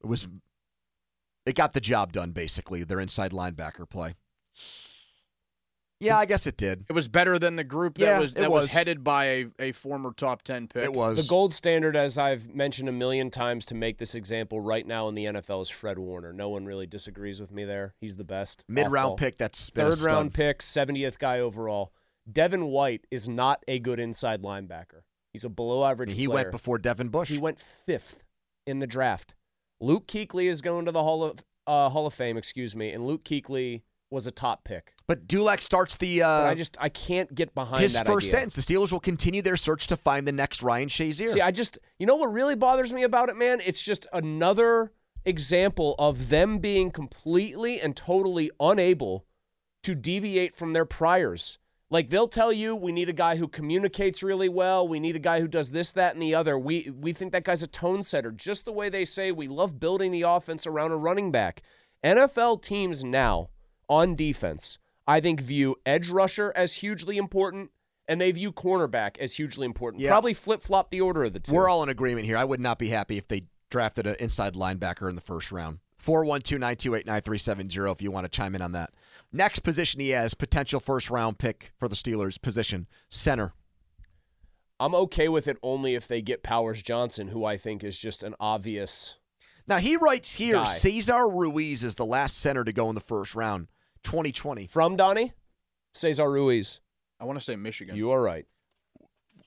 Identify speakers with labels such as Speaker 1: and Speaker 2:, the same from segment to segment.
Speaker 1: It was it got the job done basically. Their inside linebacker play. Yeah, I guess it did.
Speaker 2: It was better than the group that
Speaker 1: Yeah,
Speaker 2: was
Speaker 1: it
Speaker 2: that was.
Speaker 1: was.
Speaker 2: headed by a, a former top ten pick.
Speaker 1: It was
Speaker 3: The gold standard, as I've mentioned a million times to make this example right now in the NFL, is Fred Warner. No one really disagrees with me there. He's the best.
Speaker 1: mid
Speaker 3: Off-ball.
Speaker 1: round pick. That's been a
Speaker 3: Third
Speaker 1: stud.
Speaker 3: round pick, 70th guy overall. Devin White is not a good inside linebacker. He's a below average
Speaker 1: He
Speaker 3: player.
Speaker 1: went before Devin Bush.
Speaker 3: He went fifth in the draft. Luke Kuechly is going to the Hall of uh, Hall of Fame, excuse me, and Luke Kuechly was a top pick.
Speaker 1: but Dulak starts the
Speaker 3: But
Speaker 1: uh,
Speaker 3: I just I can't get behind
Speaker 1: his
Speaker 3: that
Speaker 1: first
Speaker 3: idea.
Speaker 1: sentence. The Steelers will continue their search to find the next Ryan Shazier.
Speaker 3: See, I just, you know what really bothers me about it, man? It's just another example of them being completely and totally unable to deviate from their priors. Like they'll tell you we need a guy who communicates really well, we need a guy who does this that and the other. We we think that guy's a tone setter, just the way they say we love building the offense around a running back. NFL teams now on defense, I think view edge rusher as hugely important and they view cornerback as hugely important.
Speaker 1: Yeah.
Speaker 3: Probably flip-flop the order of the two.
Speaker 1: We're all in agreement here. I would not be happy if they drafted an inside linebacker in the first round. 412-928-9370 if you want to chime in on that. Next position he has, potential first round pick for the Steelers position, center.
Speaker 3: I'm okay with it only if they get Powers Johnson, who I think is just an obvious
Speaker 1: Now he writes here,
Speaker 3: Guy.
Speaker 1: Cesar Ruiz is the last center to go in the first round, 2020.
Speaker 3: from Donnie. Cesar Ruiz.
Speaker 2: I want to say Michigan.
Speaker 3: You are right.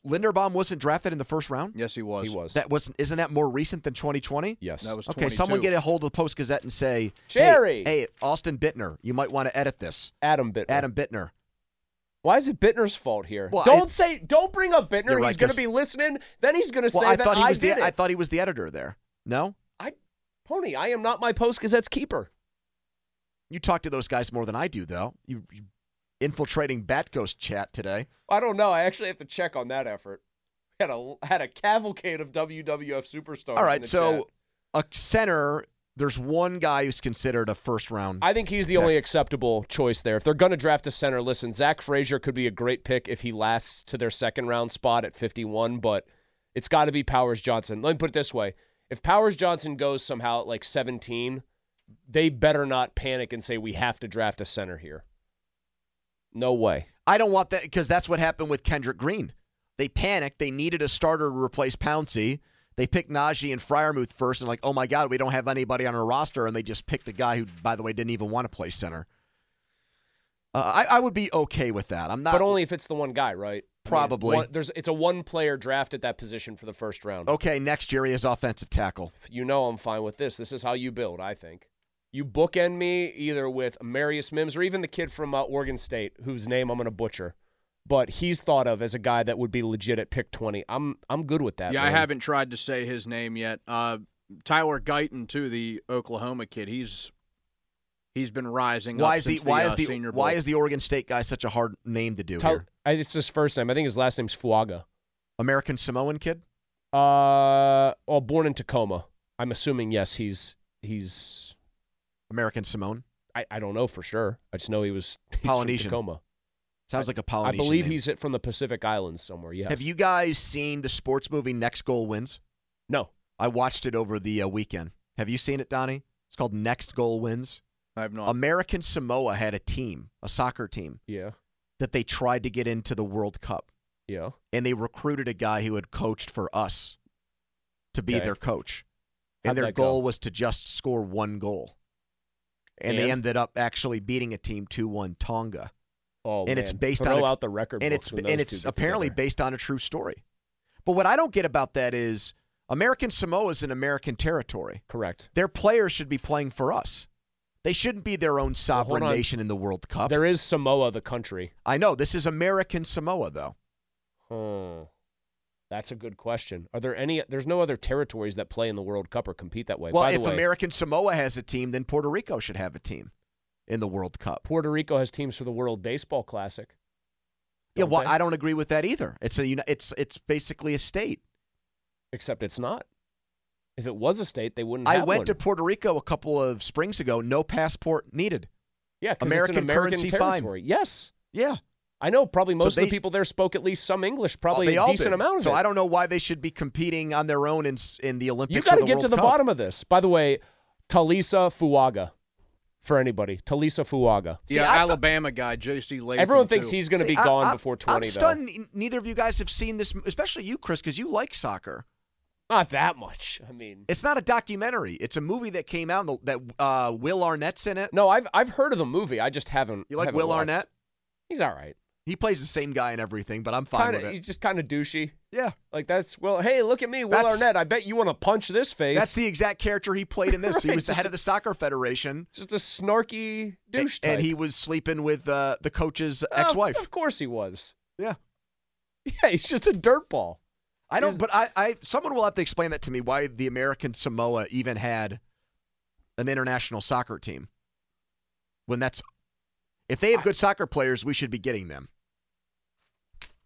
Speaker 1: Linderbaum wasn't drafted in the first round?
Speaker 2: yes, he was.
Speaker 3: He was.
Speaker 1: That wasn't isn't that more recent than 2020?
Speaker 3: yes.
Speaker 2: That was
Speaker 1: Okay, someone
Speaker 2: 22.
Speaker 1: get a hold of the Post Gazette and say, hey-
Speaker 3: Jerry!
Speaker 1: Hey, Austin Bittner, you might want to edit this.
Speaker 3: Adam Bittner.
Speaker 1: Adam Bittner.
Speaker 3: Why is it Bittner's fault here?
Speaker 1: Well, I-
Speaker 3: don't say don't bring up Bittner.
Speaker 1: You're right,
Speaker 3: he's going to
Speaker 1: 'cause-
Speaker 3: be listening. Then he's going to
Speaker 1: Well,
Speaker 3: say
Speaker 1: I
Speaker 3: that
Speaker 1: thought he
Speaker 3: I
Speaker 1: was
Speaker 3: did
Speaker 1: the
Speaker 3: it.
Speaker 1: I thought he was the editor there. No?
Speaker 3: I Pony, I am not my Post Gazette's keeper.
Speaker 1: You talk to those guys more than I do, though. You, you infiltrating Bat Ghost chat today.
Speaker 3: I don't know. I actually have to check on that effort. Had a had a cavalcade of WWF superstars.
Speaker 1: All
Speaker 3: in
Speaker 1: right,
Speaker 3: the
Speaker 1: so
Speaker 3: chat.
Speaker 1: a center. There's one guy who's considered a first round.
Speaker 3: I think he's the only acceptable choice there. If they're going to draft a center, listen, Zach Frazier could be a great pick if he lasts to their second round spot at 51, but it's got to be Powers Johnson. Let me put it this way if Powers Johnson goes somehow at like 17, they better not panic and say, we have to draft a center here. No way.
Speaker 1: I don't want that because that's what happened with Kendrick Green. They panicked. They needed a starter to replace Pouncey. They picked Najee and Fryermuth first, and like, oh my god, we don't have anybody on our roster, and they just picked a guy who, by the way, didn't even want to play center. Uh, I, I would be okay with that. I'm not.
Speaker 3: But only if it's the one guy, right? I mean,
Speaker 1: Probably.
Speaker 3: one- there's It's a one player draft at that position for the first round.
Speaker 1: okay. Next, Jerry is offensive tackle.
Speaker 3: you know I'm fine with this. This is how you build, I think. You bookend me either with Marius Mims or even the kid from uh, Oregon State, whose name I'm going to butcher, but he's thought of as a guy that would be legit at pick 20. I'm I'm good with that.
Speaker 2: yeah,
Speaker 3: man.
Speaker 2: I haven't tried to say his name yet. Uh, Tyler Guyton, too, the Oklahoma kid. He's he's been rising.
Speaker 1: Why
Speaker 2: up
Speaker 1: is the
Speaker 2: since
Speaker 1: why
Speaker 2: uh,
Speaker 1: is the
Speaker 2: senior
Speaker 1: why
Speaker 2: Bowl.
Speaker 1: is the Oregon State guy such a hard name to do
Speaker 3: Tell-
Speaker 1: here?
Speaker 3: I- it's his first name. I think his last name's Fuaga.
Speaker 1: American Samoan kid.
Speaker 3: Uh, well, born in Tacoma. I'm assuming yes. He's he's.
Speaker 1: American Samoan.
Speaker 3: I, I don't know for sure. I just know he was he's from
Speaker 1: Polynesian.
Speaker 3: Tacoma.
Speaker 1: Sounds like a
Speaker 3: I
Speaker 1: Polynesian.
Speaker 3: believe
Speaker 1: name.
Speaker 3: he's from the Pacific Islands somewhere. Yes.
Speaker 1: Have you guys seen the sports movie Next Goal Wins?
Speaker 3: No.
Speaker 1: I watched it over the uh, weekend. Have you seen it, Donnie? It's called Next Goal Wins.
Speaker 2: I have not.
Speaker 1: American Samoa had a team, a soccer team,
Speaker 3: Yeah.
Speaker 1: that they tried to get into the World Cup,
Speaker 3: Yeah.
Speaker 1: and they recruited a guy who had coached for us to be
Speaker 3: Okay.
Speaker 1: their coach.
Speaker 3: How'd
Speaker 1: and their
Speaker 3: that go?
Speaker 1: goal was to just score one goal. And, they
Speaker 3: And?
Speaker 1: ended up actually beating a team 2 1 Tonga.
Speaker 3: Oh,
Speaker 1: and it's
Speaker 3: man.
Speaker 1: based
Speaker 3: Throw
Speaker 1: on a-
Speaker 3: out the record
Speaker 1: and
Speaker 3: books
Speaker 1: it's
Speaker 3: when
Speaker 1: and
Speaker 3: those
Speaker 1: it's
Speaker 3: two get
Speaker 1: apparently
Speaker 3: together.
Speaker 1: based on a true story. But what I don't get about that is American Samoa is an American territory.
Speaker 3: correct.
Speaker 1: Their players should be playing for us. They shouldn't be their own sovereign
Speaker 3: on.
Speaker 1: nation in the World Cup.
Speaker 3: There is Samoa, the country.
Speaker 1: I know this is American Samoa though.
Speaker 3: Huh. That's a good question. Are there any? There's no other territories that play in the World Cup or compete that way.
Speaker 1: well,
Speaker 3: By the
Speaker 1: if
Speaker 3: way,
Speaker 1: American Samoa has a team, then Puerto Rico should have a team in the World Cup.
Speaker 3: Puerto Rico has teams for the World Baseball Classic.
Speaker 1: Yeah,
Speaker 3: don't
Speaker 1: well,
Speaker 3: they?
Speaker 1: I don't agree with that either. It's a uni- it's it's basically a state.
Speaker 3: Except it's not. If it was a state, they wouldn't.
Speaker 1: I
Speaker 3: have
Speaker 1: went
Speaker 3: Mm, one.
Speaker 1: to Puerto Rico a couple of springs ago. No passport needed.
Speaker 3: yeah, 'cause
Speaker 1: American
Speaker 3: it's an American
Speaker 1: currency fine.
Speaker 3: territory. Yes,
Speaker 1: Yeah.
Speaker 3: I know. Probably
Speaker 1: So
Speaker 3: most of
Speaker 1: they- Uh,
Speaker 3: the people there spoke at least some English. Probably
Speaker 1: they
Speaker 3: a
Speaker 1: all
Speaker 3: decent
Speaker 1: did.
Speaker 3: amount of
Speaker 1: so
Speaker 3: it.
Speaker 1: I don't know why they should be competing on their own in s- in the Olympics.
Speaker 3: You got
Speaker 1: or
Speaker 3: to
Speaker 1: the
Speaker 3: get
Speaker 1: World
Speaker 3: to the
Speaker 1: Cup.
Speaker 3: bottom of this. By the way, Talisa Fuaga, for anybody, Talisa Fuaga.
Speaker 1: See,
Speaker 2: yeah,
Speaker 1: I thought-
Speaker 2: Alabama guy J.C. Latham.
Speaker 3: Everyone thinks
Speaker 2: too.
Speaker 3: he's going to
Speaker 1: See,
Speaker 3: be
Speaker 1: I-
Speaker 3: gone
Speaker 1: I-
Speaker 3: before 20,
Speaker 1: I'm
Speaker 3: though.
Speaker 1: stunned. n- Neither of you guys have seen this, m- especially you, Chris, because you like soccer.
Speaker 3: Not that much. I mean,
Speaker 1: It's not a documentary. It's a movie that came out and the- that uh, Will Arnett's in it.
Speaker 3: no, I've I've heard of the movie. I just haven't.
Speaker 1: You like
Speaker 3: haven't
Speaker 1: Will
Speaker 3: watched.
Speaker 1: Arnett?
Speaker 3: He's all right.
Speaker 1: He plays the same guy in everything, but I'm fine
Speaker 3: Kinda,
Speaker 1: with it.
Speaker 3: he's just kind of douchey.
Speaker 1: Yeah,
Speaker 3: Like that's well. Hey, look at me, Will
Speaker 1: That's-
Speaker 3: Arnett. I bet you want to punch this face.
Speaker 1: that's the exact character he played in this. He
Speaker 3: Right,
Speaker 1: was the head of the soccer federation,
Speaker 3: just a snarky douche
Speaker 1: and
Speaker 3: type.
Speaker 1: he was sleeping with uh, the coach's
Speaker 3: Oh,
Speaker 1: ex-wife.
Speaker 3: Of course he was.
Speaker 1: Yeah.
Speaker 3: Yeah, he's just a dirtball.
Speaker 1: I
Speaker 3: Is-
Speaker 1: don't, but I, I, someone will have to explain that to me why the American Samoa even had an international soccer team. When that's, if they have good soccer players, we should be getting them.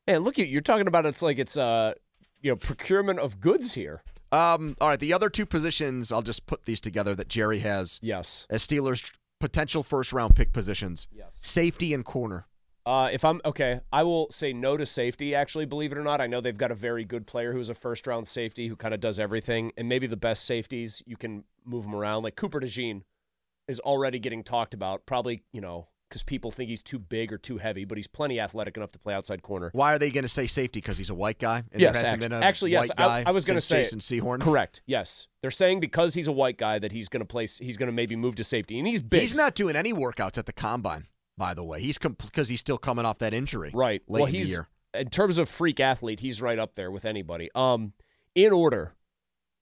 Speaker 3: And look at you're talking about it's like it's uh you know procurement of goods here.
Speaker 1: Um, all right, the other two positions, I'll just put these together that Jerry has
Speaker 3: Yes.
Speaker 1: as Steelers' potential first round pick positions
Speaker 3: Yes.
Speaker 1: safety and corner.
Speaker 3: Uh, if I'm okay, I will say no to safety. Actually, believe it or not, I know they've got a very good player who's a first round safety who kind of does everything, and maybe the best safeties you can move them around. Like Cooper DeJean is already getting talked about, probably you know because people think he's too big or too heavy, but he's plenty athletic enough to play outside corner.
Speaker 1: Why are they going to say safety? Because he's a white guy? And
Speaker 3: Yes,
Speaker 1: there hasn't
Speaker 3: act-
Speaker 1: been a
Speaker 3: actually, yes,
Speaker 1: white guy
Speaker 3: I- I was gonna
Speaker 1: since
Speaker 3: say it.
Speaker 1: Jason Sehorn.
Speaker 3: Correct. Yes, they're saying because he's a white guy that he's going to place, he's going to maybe move to safety, and he's big.
Speaker 1: He's not doing any workouts at the combine, by the way. He's because he's still coming off that injury.
Speaker 3: Right.
Speaker 1: Late
Speaker 3: well,
Speaker 1: in the
Speaker 3: he's
Speaker 1: year.
Speaker 3: in terms of freak athlete, he's right up there with anybody. Um, in order,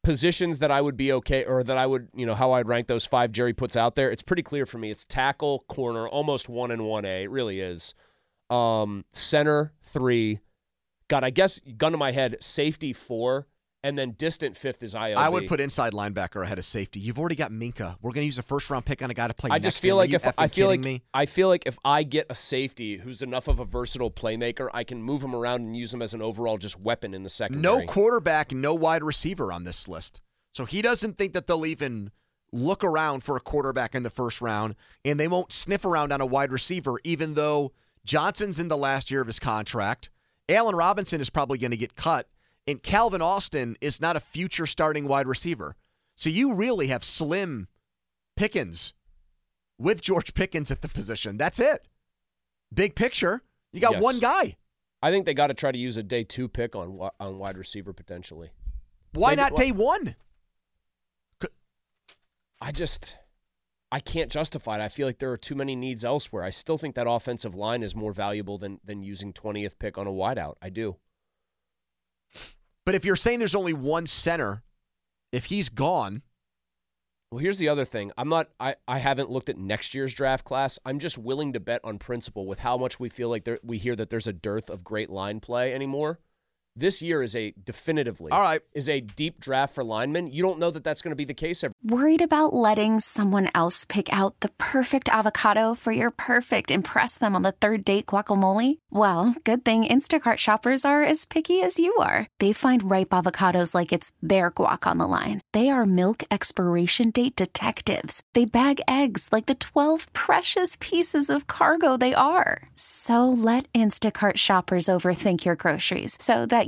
Speaker 3: positions that I would be okay, or that I would, you know, how I'd rank those five Jerry puts out there. It's pretty clear for me. It's tackle, corner, almost one and one A. It really is. Um, center three. God, I guess gun to my head, safety four, and then distant fifth is ILB.
Speaker 1: I would put inside linebacker ahead of safety. You've already got Minka. We're going to use a first round pick on a guy to play.
Speaker 3: I
Speaker 1: next
Speaker 3: just
Speaker 1: to
Speaker 3: feel
Speaker 1: him. Are
Speaker 3: like
Speaker 1: you
Speaker 3: if I
Speaker 1: effing
Speaker 3: feel like
Speaker 1: kidding me,
Speaker 3: I feel like if I get a safety who's enough of a versatile playmaker, I can move him around and use him as an overall just weapon in the secondary.
Speaker 1: no quarterback, no wide receiver on this list. So he doesn't think that they'll even look around for a quarterback in the first round, and they won't sniff around on a wide receiver, even though Johnson's in the last year of his contract. Allen Robinson is probably going to get cut, and Calvin Austin is not a future starting wide receiver. So you really have slim Pickens with George Pickens at the position. That's it. Big picture, you got
Speaker 3: Yes.
Speaker 1: one guy.
Speaker 3: I think they got to try to use a day two pick on wi- on wide receiver potentially.
Speaker 1: Why
Speaker 3: They-
Speaker 1: not day one?
Speaker 3: I just I can't justify it. I feel like there are too many needs elsewhere. I still think that offensive line is more valuable than than using twentieth pick on a wideout. I do.
Speaker 1: But if you're saying there's only one center, if he's gone,
Speaker 3: Well, here's the other thing. I'm not. I, I haven't looked at next year's draft class. I'm just willing to bet on principle with how much we feel like there, we hear that there's a dearth of great line play anymore. This year is a definitively
Speaker 1: All right.
Speaker 3: is a deep draft for linemen. You don't know that that's going to be the case every.
Speaker 4: Worried about letting someone else pick out the perfect avocado for your perfect impress them on the third date guacamole? Well, good thing Instacart shoppers are as picky as you are. They find ripe avocados like it's their guac on the line. They are milk expiration date detectives. They bag eggs like the 12 precious pieces of cargo they are. So let Instacart shoppers overthink your groceries so that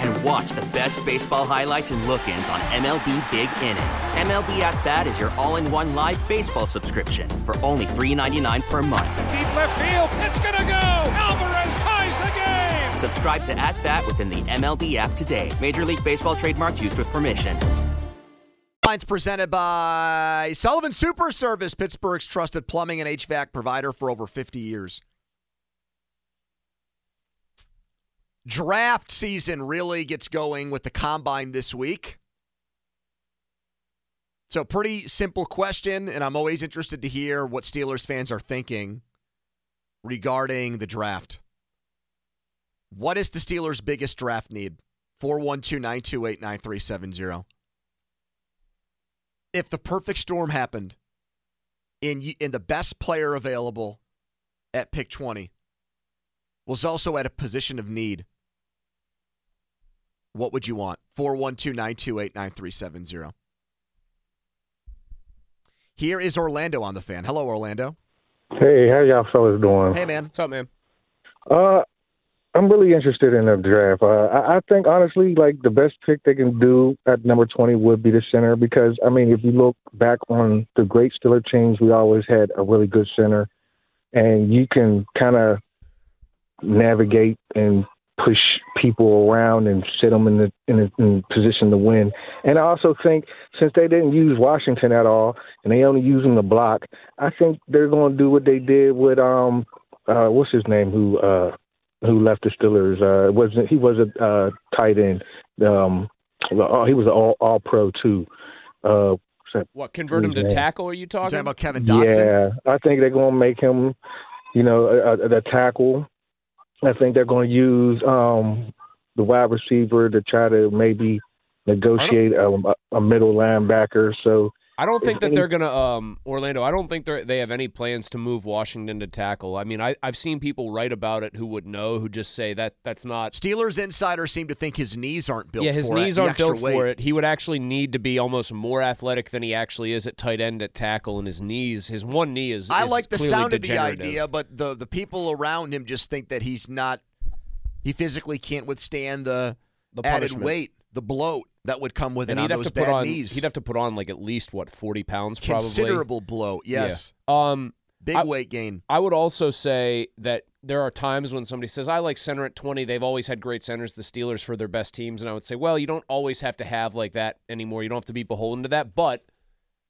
Speaker 5: and watch the best baseball highlights and look ins on MLB Big Inning. MLB At Bat is your all in one live baseball subscription for only $3.99 per month.
Speaker 2: Deep left field. It's going to go. Alvarez ties the game.
Speaker 5: Subscribe to At Bat within the MLB app today. Major League Baseball trademarks used with permission.
Speaker 1: Lines presented by Sullivan Super Service, Pittsburgh's trusted plumbing and HVAC provider for over 50 years. Draft season really gets going with the combine this week. So, pretty simple question, and I'm always interested to hear what Steelers fans are thinking regarding the draft. What is the Steelers' biggest draft need? 412 928 9370 if the perfect storm happened and you, and the best player available at pick 20 was also at a position of need what would you want 412-928-9370 here is orlando on the fan hello orlando
Speaker 6: Hey, how y'all fellas doing?
Speaker 1: hey man
Speaker 3: What's up, man?
Speaker 6: Uh, I'm really interested in the draft. Uh, I, I think honestly, like the best pick they can do at number 20 would be the center because I mean, if you look back on the great Steeler teams, we always had a really good center, and you can kind of navigate and push people around and sit them in the in a in position to win. And I also think since they didn't use Washington at all and they only use him to block, I think they're going to do what they did with um uh what's his name who uh who left the Steelers. Uh it wasn't he was a uh tight end. Um oh, he was an all all pro too. Uh
Speaker 3: What convert him to
Speaker 6: Yeah.
Speaker 3: tackle? Are you
Speaker 1: You're
Speaker 3: talking?
Speaker 1: talking about kevin dotson
Speaker 6: yeah, I think they're going to make him, you know, a, a, a tackle. I think they're going to use um, the wide receiver to try to maybe negotiate um, a, a middle linebacker. So
Speaker 3: I don't think
Speaker 6: If
Speaker 3: that
Speaker 6: any-
Speaker 3: they're gonna um Orlando. I don't think they they have any plans to move Washington to tackle. I mean, I I've seen people write about it who would know who just say that that's not.
Speaker 1: steelers insiders seem to think his knees aren't built
Speaker 3: yeah, his
Speaker 1: for it,
Speaker 3: knees
Speaker 1: the
Speaker 3: aren't
Speaker 1: extra
Speaker 3: built
Speaker 1: weight.
Speaker 3: for it. He would actually need to be almost more athletic than he actually is at tight end at tackle, and his knees, his one knee is.
Speaker 1: I
Speaker 3: is
Speaker 1: like the
Speaker 3: clearly
Speaker 1: sound of the
Speaker 3: degenerative.
Speaker 1: idea, but the the people around him just think that he's not. He physically can't withstand the,
Speaker 3: The
Speaker 1: added
Speaker 3: punishment.
Speaker 1: weight, the bloat that would come with it
Speaker 3: And
Speaker 1: on
Speaker 3: he'd have
Speaker 1: those
Speaker 3: to put
Speaker 1: bad
Speaker 3: on.
Speaker 1: knees.
Speaker 3: He'd have to put on like at least what forty pounds, probably
Speaker 1: Considerable bloat. Yes,
Speaker 3: Yeah. Um.
Speaker 1: big
Speaker 3: I-
Speaker 1: weight gain.
Speaker 3: I would also say that there are times when somebody says, I like center at 20. They've always had great centers, the Steelers, for their best teams. And I would say, well, you don't always have to have like that anymore. You don't have to be beholden to that. But,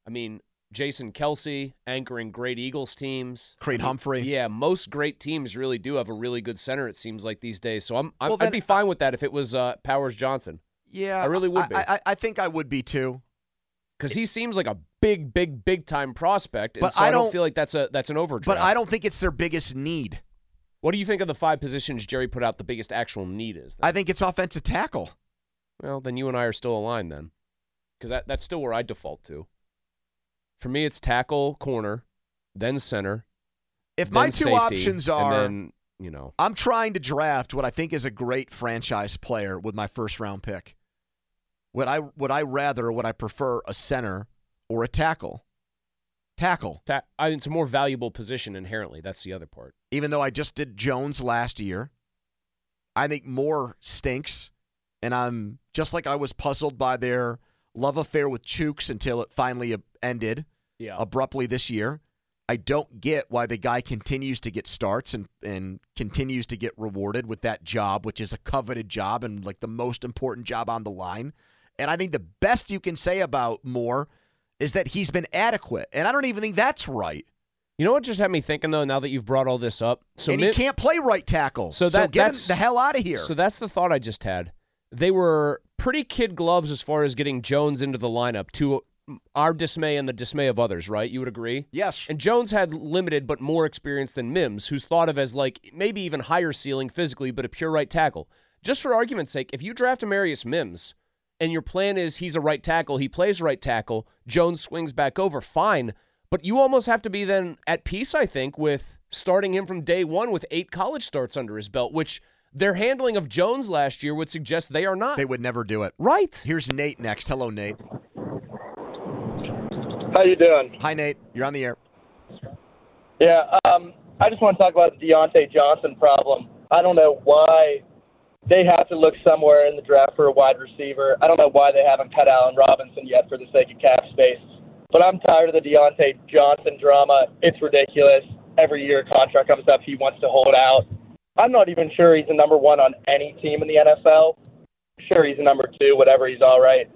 Speaker 3: I mean, Jason Kelsey anchoring great Eagles teams.
Speaker 1: Creed Humphrey.
Speaker 3: Yeah, most great teams really do have a really good center, it seems like these days. So I'm, I'm
Speaker 1: Well,
Speaker 3: I'd
Speaker 1: then
Speaker 3: be
Speaker 1: I-
Speaker 3: fine with that if it was uh, Powers Johnson
Speaker 1: Yeah,
Speaker 3: I really would be.
Speaker 1: I, I, I think I would be too.
Speaker 3: because he seems like a big, big, big time prospect. And
Speaker 1: But
Speaker 3: so I,
Speaker 1: I
Speaker 3: don't,
Speaker 1: don't-
Speaker 3: feel like that's a that's an overdraft.
Speaker 1: But I don't think it's their biggest need.
Speaker 3: What do you think of the five positions Jerry put out the biggest actual need is?
Speaker 1: I think it's offensive tackle.
Speaker 3: Well, then you and I are still aligned then, because that, that's still where I default to. For me, it's tackle, corner, then center.
Speaker 1: If
Speaker 3: then
Speaker 1: my two
Speaker 3: safety,
Speaker 1: options are,
Speaker 3: and then you know,
Speaker 1: I'm trying to draft what I think is a great franchise player with my first round pick. Would I would I rather would I prefer a center or a tackle? Tackle.
Speaker 3: ta- I mean, it's a more valuable position inherently. That's the other part.
Speaker 1: Even though I just did Jones last year, I think Moore stinks, and I'm just like I was puzzled by their love affair with Chooks until it finally uh, ended
Speaker 3: Yeah,
Speaker 1: abruptly this year. I don't get why the guy continues to get starts and, and continues to get rewarded with that job, which is a coveted job and like the most important job on the line. And I think the best you can say about Moore is that he's been adequate. And I don't even think that's right.
Speaker 3: you know what just had me thinking though. Now that you've brought all this up, so
Speaker 1: and
Speaker 3: Min-
Speaker 1: he can't play right tackle.
Speaker 3: So that-
Speaker 1: get him
Speaker 3: that's-
Speaker 1: the hell out of here.
Speaker 3: So that's the thought I just had. They were pretty kid gloves as far as getting Jones into the lineup to our dismay and the dismay of others, right? You would agree?
Speaker 1: yes.
Speaker 3: And Jones had limited but more experience than Mims, who's thought of as like maybe even higher ceiling physically, but a pure right tackle. Just for argument's sake, if you draft Amarius Mims and your plan is he's a right tackle, he plays right tackle, Jones swings back over, fine. But you almost have to be then at peace, I think, with starting him from day one with eight college starts under his belt, which their handling of Jones last year would suggest they are not.
Speaker 1: They would never do it.
Speaker 3: right.
Speaker 1: Here's Nate next. Hello, Nate.
Speaker 5: How you doing?
Speaker 1: Hi, Nate. You're on the air.
Speaker 5: Yeah, um, I just want to talk about the Deontay Johnson problem. I don't know why they have to look somewhere in the draft for a wide receiver. I don't know why they haven't cut Allen Robinson yet for the sake of cap space. But I'm tired of the Deontay Johnson drama. It's ridiculous. Every year a contract comes up, he wants to hold out. I'm not even sure he's the number one on any team in the NFL. Sure, he's a number two, whatever, he's all right.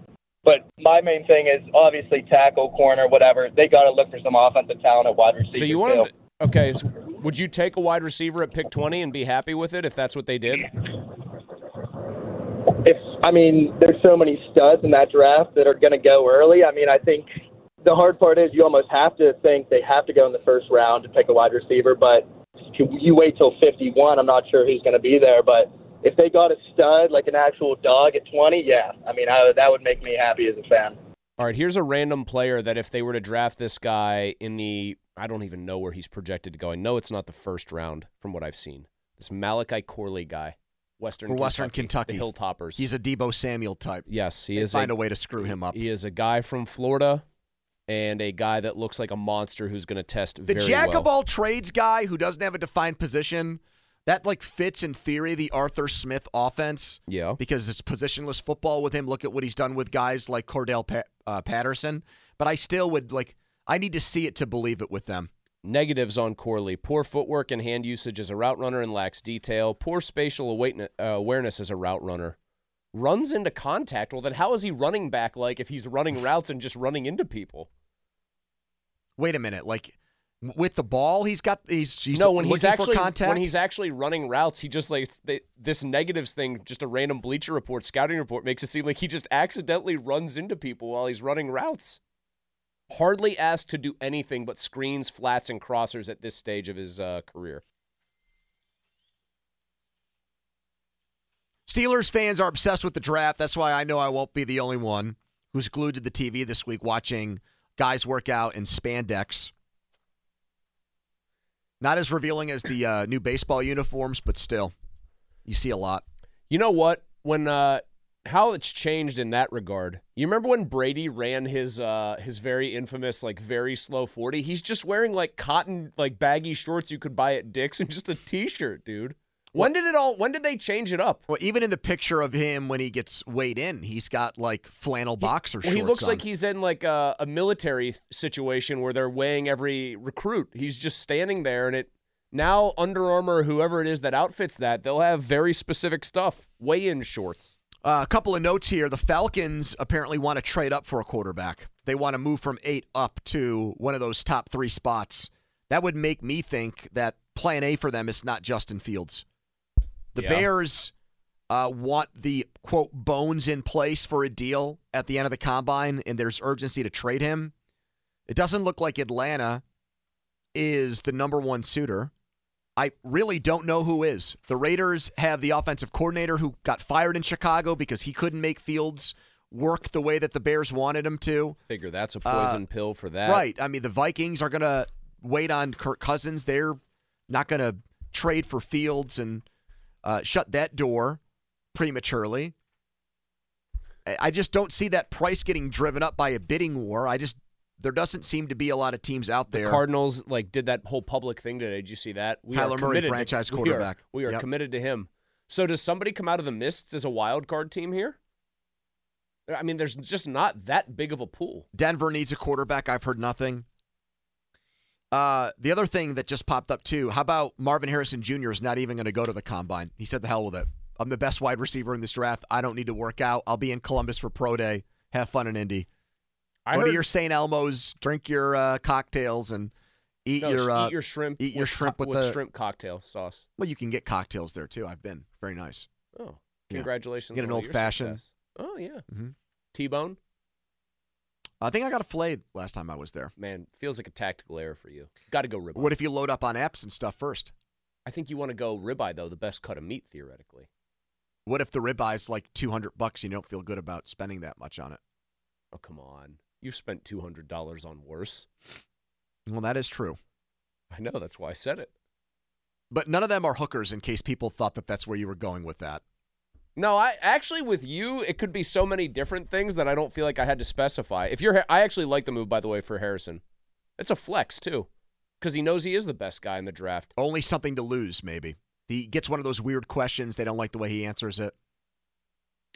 Speaker 5: But my main thing is obviously tackle, corner, whatever. They got to look for some offensive talent at wide receiver.
Speaker 3: So you
Speaker 5: too.
Speaker 3: want to? Okay. So would you take a wide receiver at pick twenty and be happy with it if that's what they did?
Speaker 5: if I mean, there's so many studs in that draft that are going to go early. I mean, I think the hard part is you almost have to think they have to go in the first round to pick a wide receiver. But if you- you wait till 51, I'm not sure who's going to be there. But if they got a stud like an actual dog at 20, yeah, I mean, I, that would make me happy as a fan.
Speaker 3: All right, here's a random player that if they were to draft this guy in the I don't even know where he's projected to go. I know it's not the first round from what I've seen. This Malachi Corley guy, Western
Speaker 1: For Western
Speaker 3: Kentucky,
Speaker 1: Kentucky.
Speaker 3: the Hilltoppers.
Speaker 1: He's a Debo Samuel type.
Speaker 3: Yes, he
Speaker 1: They
Speaker 3: is.
Speaker 1: Find a, way to screw him up.
Speaker 3: He is a guy from Florida, and a guy that looks like a monster who's going to test
Speaker 1: The
Speaker 3: very
Speaker 1: jack
Speaker 3: well.
Speaker 1: of all trades guy who doesn't have a defined position, that like fits in theory the Arthur Smith offense.
Speaker 3: Yeah.
Speaker 1: Because it's positionless football with him. Look at what he's done with guys like Cordell pa- uh, Patterson. But I still would like. I need to see it to believe it with them.
Speaker 3: Negatives on Corley: poor footwork and hand usage as a route runner and lacks detail. Poor spatial awaitne- uh, awareness as a route runner. Runs into contact. Well, then how is he running back? Like if he's running routes and just running into people.
Speaker 1: Wait a minute, like with the ball, he's got he's, he's
Speaker 3: no, when he's
Speaker 1: looking for
Speaker 3: actually
Speaker 1: contact.
Speaker 3: when he's actually running routes, he just like it's the, this negatives thing. Just a random Bleacher Report scouting report makes it seem like he just accidentally runs into people while he's running routes. Hardly asked to do anything but screens, flats, and crossers at this stage of his uh, career.
Speaker 1: Steelers fans are obsessed with the draft. That's why I know I won't be the only one who's glued to the TV this week watching guys work out in spandex. Not as revealing as the uh, new baseball uniforms, but still, you see a lot.
Speaker 3: You know what? When uh, how it's changed in that regard. You remember when Brady ran his uh, his very infamous like very slow forty? He's just wearing like cotton like baggy shorts you could buy at Dick's and just a t-shirt, dude. When did it all? When did they change it up?
Speaker 1: Well, even in the picture of him when he gets weighed in, he's got like flannel boxer
Speaker 3: Well,
Speaker 1: shorts.
Speaker 3: he looks
Speaker 1: on.
Speaker 3: like he's in like a, a military th- situation where they're weighing every recruit. He's just standing there, and it now Under Armour, whoever it is that outfits that, they'll have very specific stuff, weigh-in shorts.
Speaker 1: Uh, a couple of notes here. The Falcons apparently want to trade up for a quarterback. They want to move from eight up to one of those top three spots. That would make me think that plan A for them is not Justin Fields. The
Speaker 3: Yeah.
Speaker 1: Bears uh, want the quote bones in place for a deal at the end of the combine, and there's urgency to trade him. It doesn't look like Atlanta is the number one suitor. I really don't know who is. The Raiders have the offensive coordinator who got fired in Chicago because he couldn't make Fields work the way that the Bears wanted him to.
Speaker 3: Figure that's a
Speaker 1: Uh,
Speaker 3: poison pill for that,
Speaker 1: Right. I mean, the Vikings are going to wait on Kirk Cousins. They're not going to trade for Fields and uh, shut that door prematurely. I I just don't see that price getting driven up by a bidding war. I just there doesn't seem to be a lot of teams out there.
Speaker 3: Cardinals like did that whole public thing today. Did you see that? We
Speaker 1: Kyler
Speaker 3: are
Speaker 1: Murray,
Speaker 3: committed to-
Speaker 1: franchise
Speaker 3: we are-
Speaker 1: quarterback.
Speaker 3: We are
Speaker 1: Yep.
Speaker 3: committed to him. So does somebody come out of the mists as a wild card team here? I mean, there's just not that big of a pool.
Speaker 1: Denver needs a quarterback. I've heard nothing. Uh, the other thing that just popped up too. How about Marvin Harrison Jr. is not even going to go to the combine? He said, "The hell with it. I'm the best wide receiver in this draft. I don't need to work out. I'll be in Columbus for pro day. Have fun in Indy.
Speaker 3: I
Speaker 1: go
Speaker 3: heard-
Speaker 1: to your St. Elmo's, drink your uh, cocktails, and eat
Speaker 3: No,
Speaker 1: your
Speaker 3: just
Speaker 1: uh,
Speaker 3: eat your shrimp.
Speaker 1: Eat your
Speaker 3: with co-
Speaker 1: shrimp with,
Speaker 3: with
Speaker 1: the
Speaker 3: shrimp cocktail sauce.
Speaker 1: Well, you can get cocktails there too. I've been very nice.
Speaker 3: Oh,
Speaker 1: Yeah.
Speaker 3: congratulations!
Speaker 1: Get
Speaker 3: on
Speaker 1: an
Speaker 3: all
Speaker 1: old
Speaker 3: your
Speaker 1: fashioned.
Speaker 3: success. Oh yeah,
Speaker 1: Mhm.
Speaker 3: T-bone
Speaker 1: I think I got a flayed last time I was there.
Speaker 3: man feels like a tactical error for you. Got to go ribeye.
Speaker 1: What if you load up on apps and stuff first?
Speaker 3: I think you want to go ribeye though, the best cut of meat theoretically.
Speaker 1: What if the ribeye's like 200 bucks? You don't feel good about spending that much on it.
Speaker 3: Oh come on, you've spent two hundred dollars on worse.
Speaker 1: Well, that is true.
Speaker 3: I know that's why I said it.
Speaker 1: But none of them are hookers in case people thought that that's where you were going with that.
Speaker 3: No, I actually with you, it could be so many different things that I don't feel like I had to specify. If you're, I actually like the move by the way for Harrison. It's a flex too, because he knows he is the best guy in the draft.
Speaker 1: Only something to lose, maybe. He gets one of those weird questions. They don't like the way he answers it.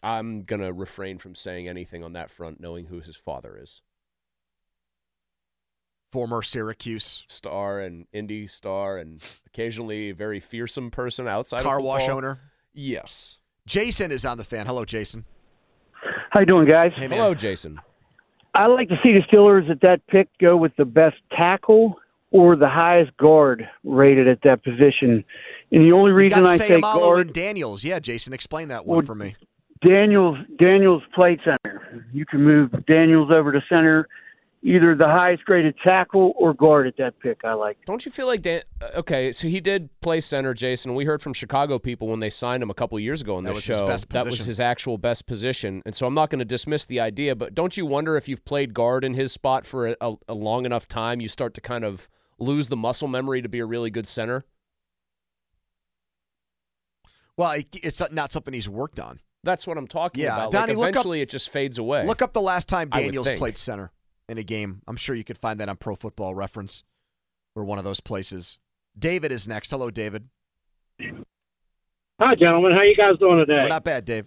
Speaker 3: I'm gonna refrain from saying anything on that front, knowing who his father is.
Speaker 1: Former Syracuse
Speaker 3: star and indie star, and occasionally a very fearsome person outside
Speaker 1: Car
Speaker 3: of
Speaker 1: wash
Speaker 3: football.
Speaker 1: owner.
Speaker 3: Yes.
Speaker 1: Jason is on the fan. Hello, Jason.
Speaker 7: How you doing, guys?
Speaker 1: Hey, man.
Speaker 3: Hello, Jason.
Speaker 7: I like to see the Steelers at that pick go with the best tackle or the highest guard rated at that position. And the only
Speaker 1: You
Speaker 7: reason
Speaker 1: got
Speaker 7: I say
Speaker 1: Sayamalo
Speaker 7: guard
Speaker 1: and Daniels. Yeah, Jason, explain that one
Speaker 7: Well,
Speaker 1: for me.
Speaker 7: Daniels Daniels played center. You can move Daniels over to center, either the highest graded tackle or guard at that pick. I like.
Speaker 3: Don't you feel like Dan? uh, Okay, so he did play center, Jason. We heard from Chicago people when they signed him a couple years ago on
Speaker 1: That
Speaker 3: this
Speaker 1: was
Speaker 3: show.
Speaker 1: his best
Speaker 3: that was
Speaker 1: position.
Speaker 3: his actual best position, and so I'm not going to dismiss the idea. But don't you wonder if you've played guard in his spot for a, a, a long enough time, you start to kind of lose the muscle memory to be a really good center?
Speaker 1: Well, it- it's not something he's worked on.
Speaker 3: That's what I'm talking
Speaker 1: Yeah,
Speaker 3: about.
Speaker 1: Donnie,
Speaker 3: like
Speaker 1: look up-
Speaker 3: eventually it just fades away.
Speaker 1: Look up the last time
Speaker 3: I would
Speaker 1: Daniels
Speaker 3: think.
Speaker 1: played center in a game. I'm sure you could find that on Pro Football Reference or one of those places. David is next. Hello, David.
Speaker 6: Hi, gentlemen. How you guys doing today?
Speaker 1: We're not bad, Dave.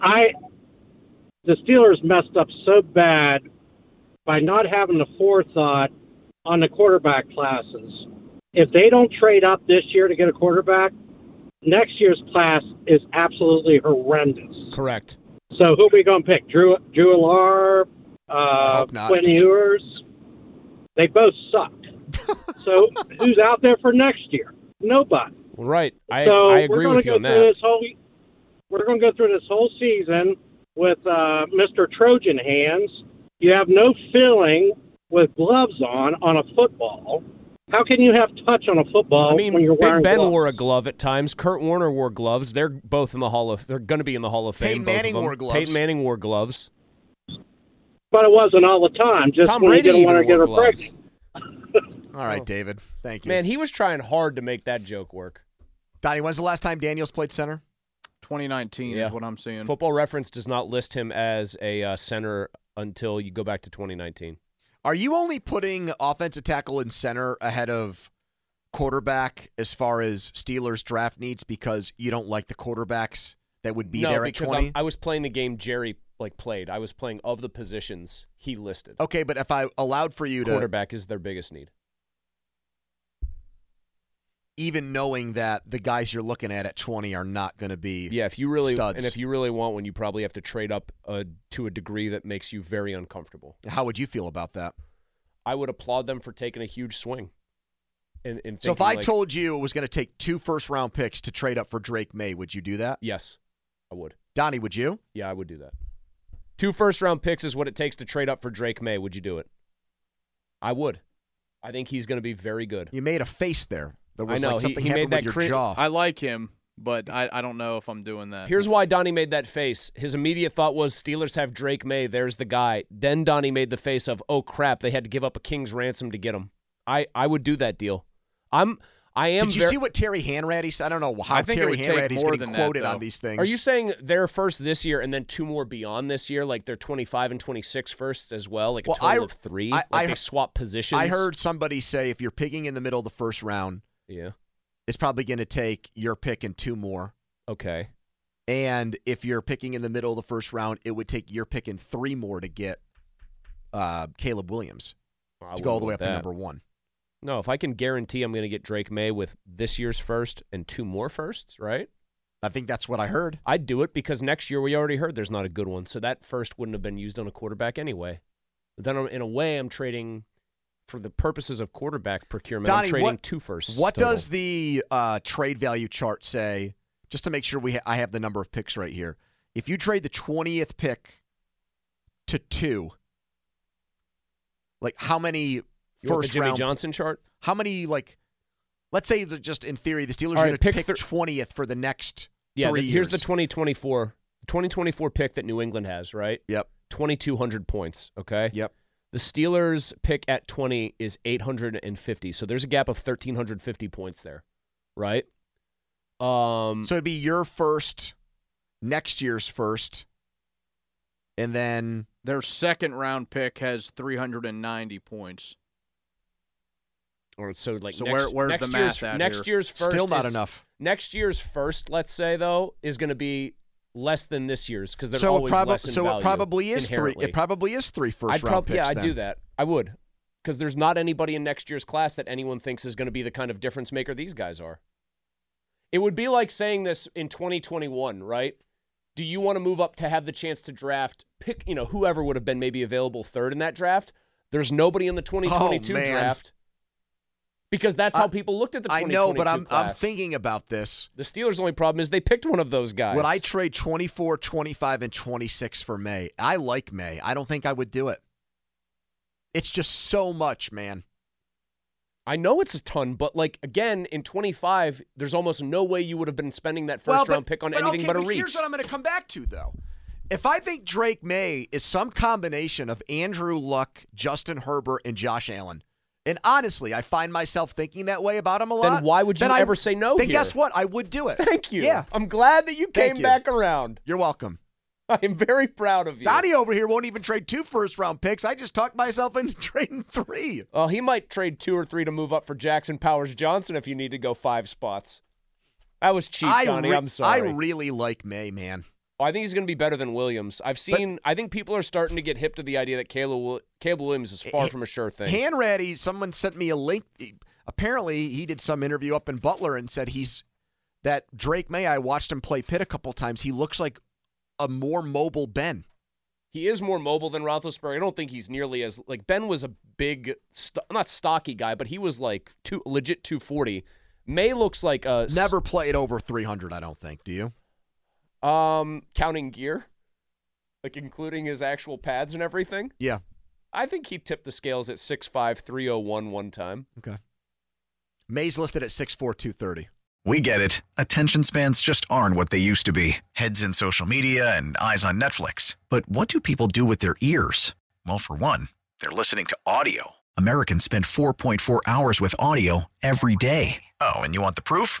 Speaker 6: I the Steelers messed up so bad by not having the forethought on the quarterback classes. If they don't trade up this year to get a quarterback, next year's class is absolutely horrendous.
Speaker 3: Correct.
Speaker 6: So who are we going to pick? Drew Drew Alar, uh,
Speaker 3: hope not.
Speaker 6: Quinn Ewers. They both suck. so who's out there for next year? Nobody.
Speaker 3: Right. I,
Speaker 6: so
Speaker 3: I
Speaker 6: we're
Speaker 3: agree
Speaker 6: gonna
Speaker 3: with you
Speaker 6: go
Speaker 3: on
Speaker 6: through
Speaker 3: that.
Speaker 6: This whole, we're going to go through this whole season with uh, Mr. Trojan hands. You have no feeling with gloves on on a football. How can you have touch on a football
Speaker 3: I mean,
Speaker 6: Oh, when you're
Speaker 3: Big
Speaker 6: wearing
Speaker 3: Ben
Speaker 6: gloves?
Speaker 3: wore a glove at times. Kurt Warner wore gloves. They're both in the Hall of. They're going to be in the Hall of Fame.
Speaker 6: Peyton
Speaker 3: both of
Speaker 6: Manning
Speaker 3: them.
Speaker 6: wore gloves.
Speaker 3: Peyton Manning wore gloves.
Speaker 6: But it wasn't all the time. Just
Speaker 3: Tom
Speaker 6: when
Speaker 3: Brady
Speaker 6: you didn't
Speaker 3: even
Speaker 6: want to get
Speaker 3: wore
Speaker 6: her
Speaker 3: gloves.
Speaker 6: pregnant.
Speaker 1: All right, David. Thank you.
Speaker 3: Oh. Man, he was trying hard to make that joke work.
Speaker 1: Donnie, when's the last time Daniels played center?
Speaker 2: 2019 is what I'm seeing.
Speaker 3: Football Reference does not list him as a uh, center until you go back to 2019.
Speaker 1: Are you only putting offensive tackle and center ahead of quarterback as far as Steelers draft needs because you don't like the quarterbacks that would be
Speaker 3: no,
Speaker 1: there at
Speaker 3: because
Speaker 1: 20?
Speaker 3: I'm- I was playing the game Jerry like played. I was playing of the positions he listed.
Speaker 1: Okay, but if I allowed for Oh, you to
Speaker 3: Quarterback is their biggest need.
Speaker 1: even knowing that the guys you're looking at at 20 are not going to be
Speaker 3: Yeah, if you really
Speaker 1: studs.
Speaker 3: and if you really want one, you probably have to trade up uh, to a degree that makes you very uncomfortable.
Speaker 1: how would you feel about that?
Speaker 3: I would applaud them for taking a huge swing. And, and
Speaker 1: So if
Speaker 3: thinking,
Speaker 1: I
Speaker 3: like,
Speaker 1: told you it was going to take two first round picks to trade up for Drake May, would you do that?
Speaker 3: yes, I would.
Speaker 1: Donnie, would you?
Speaker 3: Yeah, I would do that. Two first round picks is what it takes to trade up for Drake May. Would you do it? I would. I think he's going to be very good.
Speaker 1: You made a face there. There was
Speaker 3: I know
Speaker 1: like
Speaker 3: he-
Speaker 1: something
Speaker 3: he,
Speaker 1: happened
Speaker 3: made
Speaker 1: with
Speaker 3: that
Speaker 1: your
Speaker 3: cre-
Speaker 1: jaw.
Speaker 2: I like him, but I, I don't know if I'm doing that.
Speaker 3: Here's why Donnie made that face. His immediate thought was Steelers have Drake May. There's the guy. Then Donnie made the face of, oh crap, they had to give up a king's ransom to get him. I I would do that deal. I'm I am.
Speaker 1: Did you
Speaker 3: ver-
Speaker 1: see what Terry Hanratty said? I don't know how
Speaker 3: I think it
Speaker 1: Terry
Speaker 3: would take
Speaker 1: Hanratty's
Speaker 3: more
Speaker 1: getting
Speaker 3: than that,
Speaker 1: quoted
Speaker 3: though.
Speaker 1: on these things.
Speaker 3: Are you saying they're first this year and then two more beyond this year? Like they're 25 and 26 first as well? Like a
Speaker 1: Well, I-
Speaker 3: total of three?
Speaker 1: I-
Speaker 3: like
Speaker 1: I
Speaker 3: they
Speaker 1: heard-
Speaker 3: swap positions?
Speaker 1: I heard somebody say if you're picking in the middle of the first round,
Speaker 3: Yeah.
Speaker 1: it's probably going to take your pick and two more.
Speaker 3: Okay.
Speaker 1: And if you're picking in the middle of the first round, it would take your pick and three more to get uh, Caleb Williams
Speaker 3: I
Speaker 1: to go all the way up
Speaker 3: wouldn't
Speaker 1: to
Speaker 3: want
Speaker 1: number one.
Speaker 3: that. No, if I can guarantee I'm going to get Drake May with this year's first and two more firsts, right?
Speaker 1: I think that's what I heard.
Speaker 3: I'd do it because next year we already heard there's not a good one. So that first wouldn't have been used on a quarterback anyway. But then I'm- in a way, I'm trading for the purposes of quarterback procurement.
Speaker 1: Donnie,
Speaker 3: I'm trading
Speaker 1: what,
Speaker 3: two firsts.
Speaker 1: What
Speaker 3: total.
Speaker 1: does the uh, trade value chart say? Just to make sure we ha- I have the number of picks right here. If you trade the 20th pick to two, like how many
Speaker 3: You want the
Speaker 1: first
Speaker 3: Jimmy
Speaker 1: round?
Speaker 3: Johnson chart?
Speaker 1: How many like? Let's say that just in theory, the Steelers
Speaker 3: All
Speaker 1: are
Speaker 3: right,
Speaker 1: going
Speaker 3: pick
Speaker 1: to pick
Speaker 3: thir-
Speaker 1: twentieth for the next
Speaker 3: Yeah,
Speaker 1: three
Speaker 3: the-
Speaker 1: years.
Speaker 3: here's the 2024 2024 pick that New England has, right?
Speaker 1: Yep.
Speaker 3: 2200 points, okay?
Speaker 1: Yep.
Speaker 3: The Steelers pick at 20 is 850. So there's a gap of 1350 points there, right? Um,
Speaker 1: so it'd be your first, next year's first, and then
Speaker 2: Their second round pick has 390 points.
Speaker 3: Or so like
Speaker 2: so
Speaker 3: next,
Speaker 2: where, where's
Speaker 3: next
Speaker 2: the math
Speaker 3: year's,
Speaker 2: at
Speaker 3: next
Speaker 2: here?
Speaker 3: year's first is- Next year's first, let's say though, is going to be less than this year's because they're
Speaker 1: so it
Speaker 3: always
Speaker 1: probably
Speaker 3: less in
Speaker 1: so
Speaker 3: value
Speaker 1: it probably is
Speaker 3: inherently.
Speaker 1: three. It probably is three first
Speaker 3: I'd
Speaker 1: round
Speaker 3: prob-
Speaker 1: picks.
Speaker 3: Yeah, I'd
Speaker 1: then.
Speaker 3: do that. I would because there's not anybody in next year's class that anyone thinks is going to be the kind of difference maker these guys are. It would be like saying this in 2021, right? Do you want to move up to have the chance to draft pick, you know, whoever would have been maybe available third in that draft? There's nobody in the 2022
Speaker 1: Oh, man.
Speaker 3: draft because that's how
Speaker 1: I-
Speaker 3: people looked at the
Speaker 1: I
Speaker 3: 2022
Speaker 1: know, but I'm I'm
Speaker 3: class.
Speaker 1: thinking about this.
Speaker 3: The Steelers' only problem is they picked one of those guys.
Speaker 1: Would I trade 24, 25, and 26 for May? I like May. I don't think I would do it. It's just so much, man.
Speaker 3: I know it's a ton, but like again, in 25, there's almost no way you would have been spending that first
Speaker 1: Well, but-
Speaker 3: round pick on
Speaker 1: but
Speaker 3: anything
Speaker 1: okay,
Speaker 3: but a
Speaker 1: but
Speaker 3: reach.
Speaker 1: Here's what I'm going to come back to, though. If I think Drake May is some combination of Andrew Luck, Justin Herbert, and Josh Allen, and honestly, I find myself thinking that way about him a lot.
Speaker 3: Then why would you
Speaker 1: I-
Speaker 3: ever say no
Speaker 1: Then
Speaker 3: here?
Speaker 1: guess what? I would do it.
Speaker 3: Thank you.
Speaker 1: Yeah.
Speaker 3: I'm glad that you
Speaker 1: Thank
Speaker 3: came
Speaker 1: you.
Speaker 3: back around.
Speaker 1: You're welcome.
Speaker 3: I am very proud of you.
Speaker 1: Donnie over here won't even trade two first round picks. I just talked myself into trading three.
Speaker 3: Well, Uh, he might trade two or three to move up for Jackson Powers Johnson if you need to go five spots. That was cheap,
Speaker 1: I
Speaker 3: Donnie.
Speaker 1: re-
Speaker 3: I'm sorry.
Speaker 1: I really like May, man.
Speaker 3: Oh, I think he's going to be better than Williams. I've seen. I think people are starting to get hip to the idea that Caleb, Wil- Caleb Williams is far from a sure thing.
Speaker 1: Hanratty, someone sent me a link. Apparently, he did some interview up in Butler and said he's that Drake May. I watched him play Pitt a couple times. He looks like a more mobile Ben.
Speaker 3: He is more mobile than Roethlisberger. I don't think he's nearly as like Ben was a big, st- not stocky guy, but he was like two legit 240. May looks like a s-
Speaker 1: Never played over 300, I don't think. Do you?
Speaker 3: um counting gear, like including his actual pads and everything.
Speaker 1: Yeah.
Speaker 3: I think he tipped the scales at 6'5", 301 one time.
Speaker 1: Okay. May's listed at 6'4, 230.
Speaker 8: We get it. Attention spans just aren't what they used to be heads in social media and eyes on Netflix. But what do people do with their ears? Well, for one, they're listening to audio. Americans spend 4.4 hours with audio every day. Oh, and you want the proof?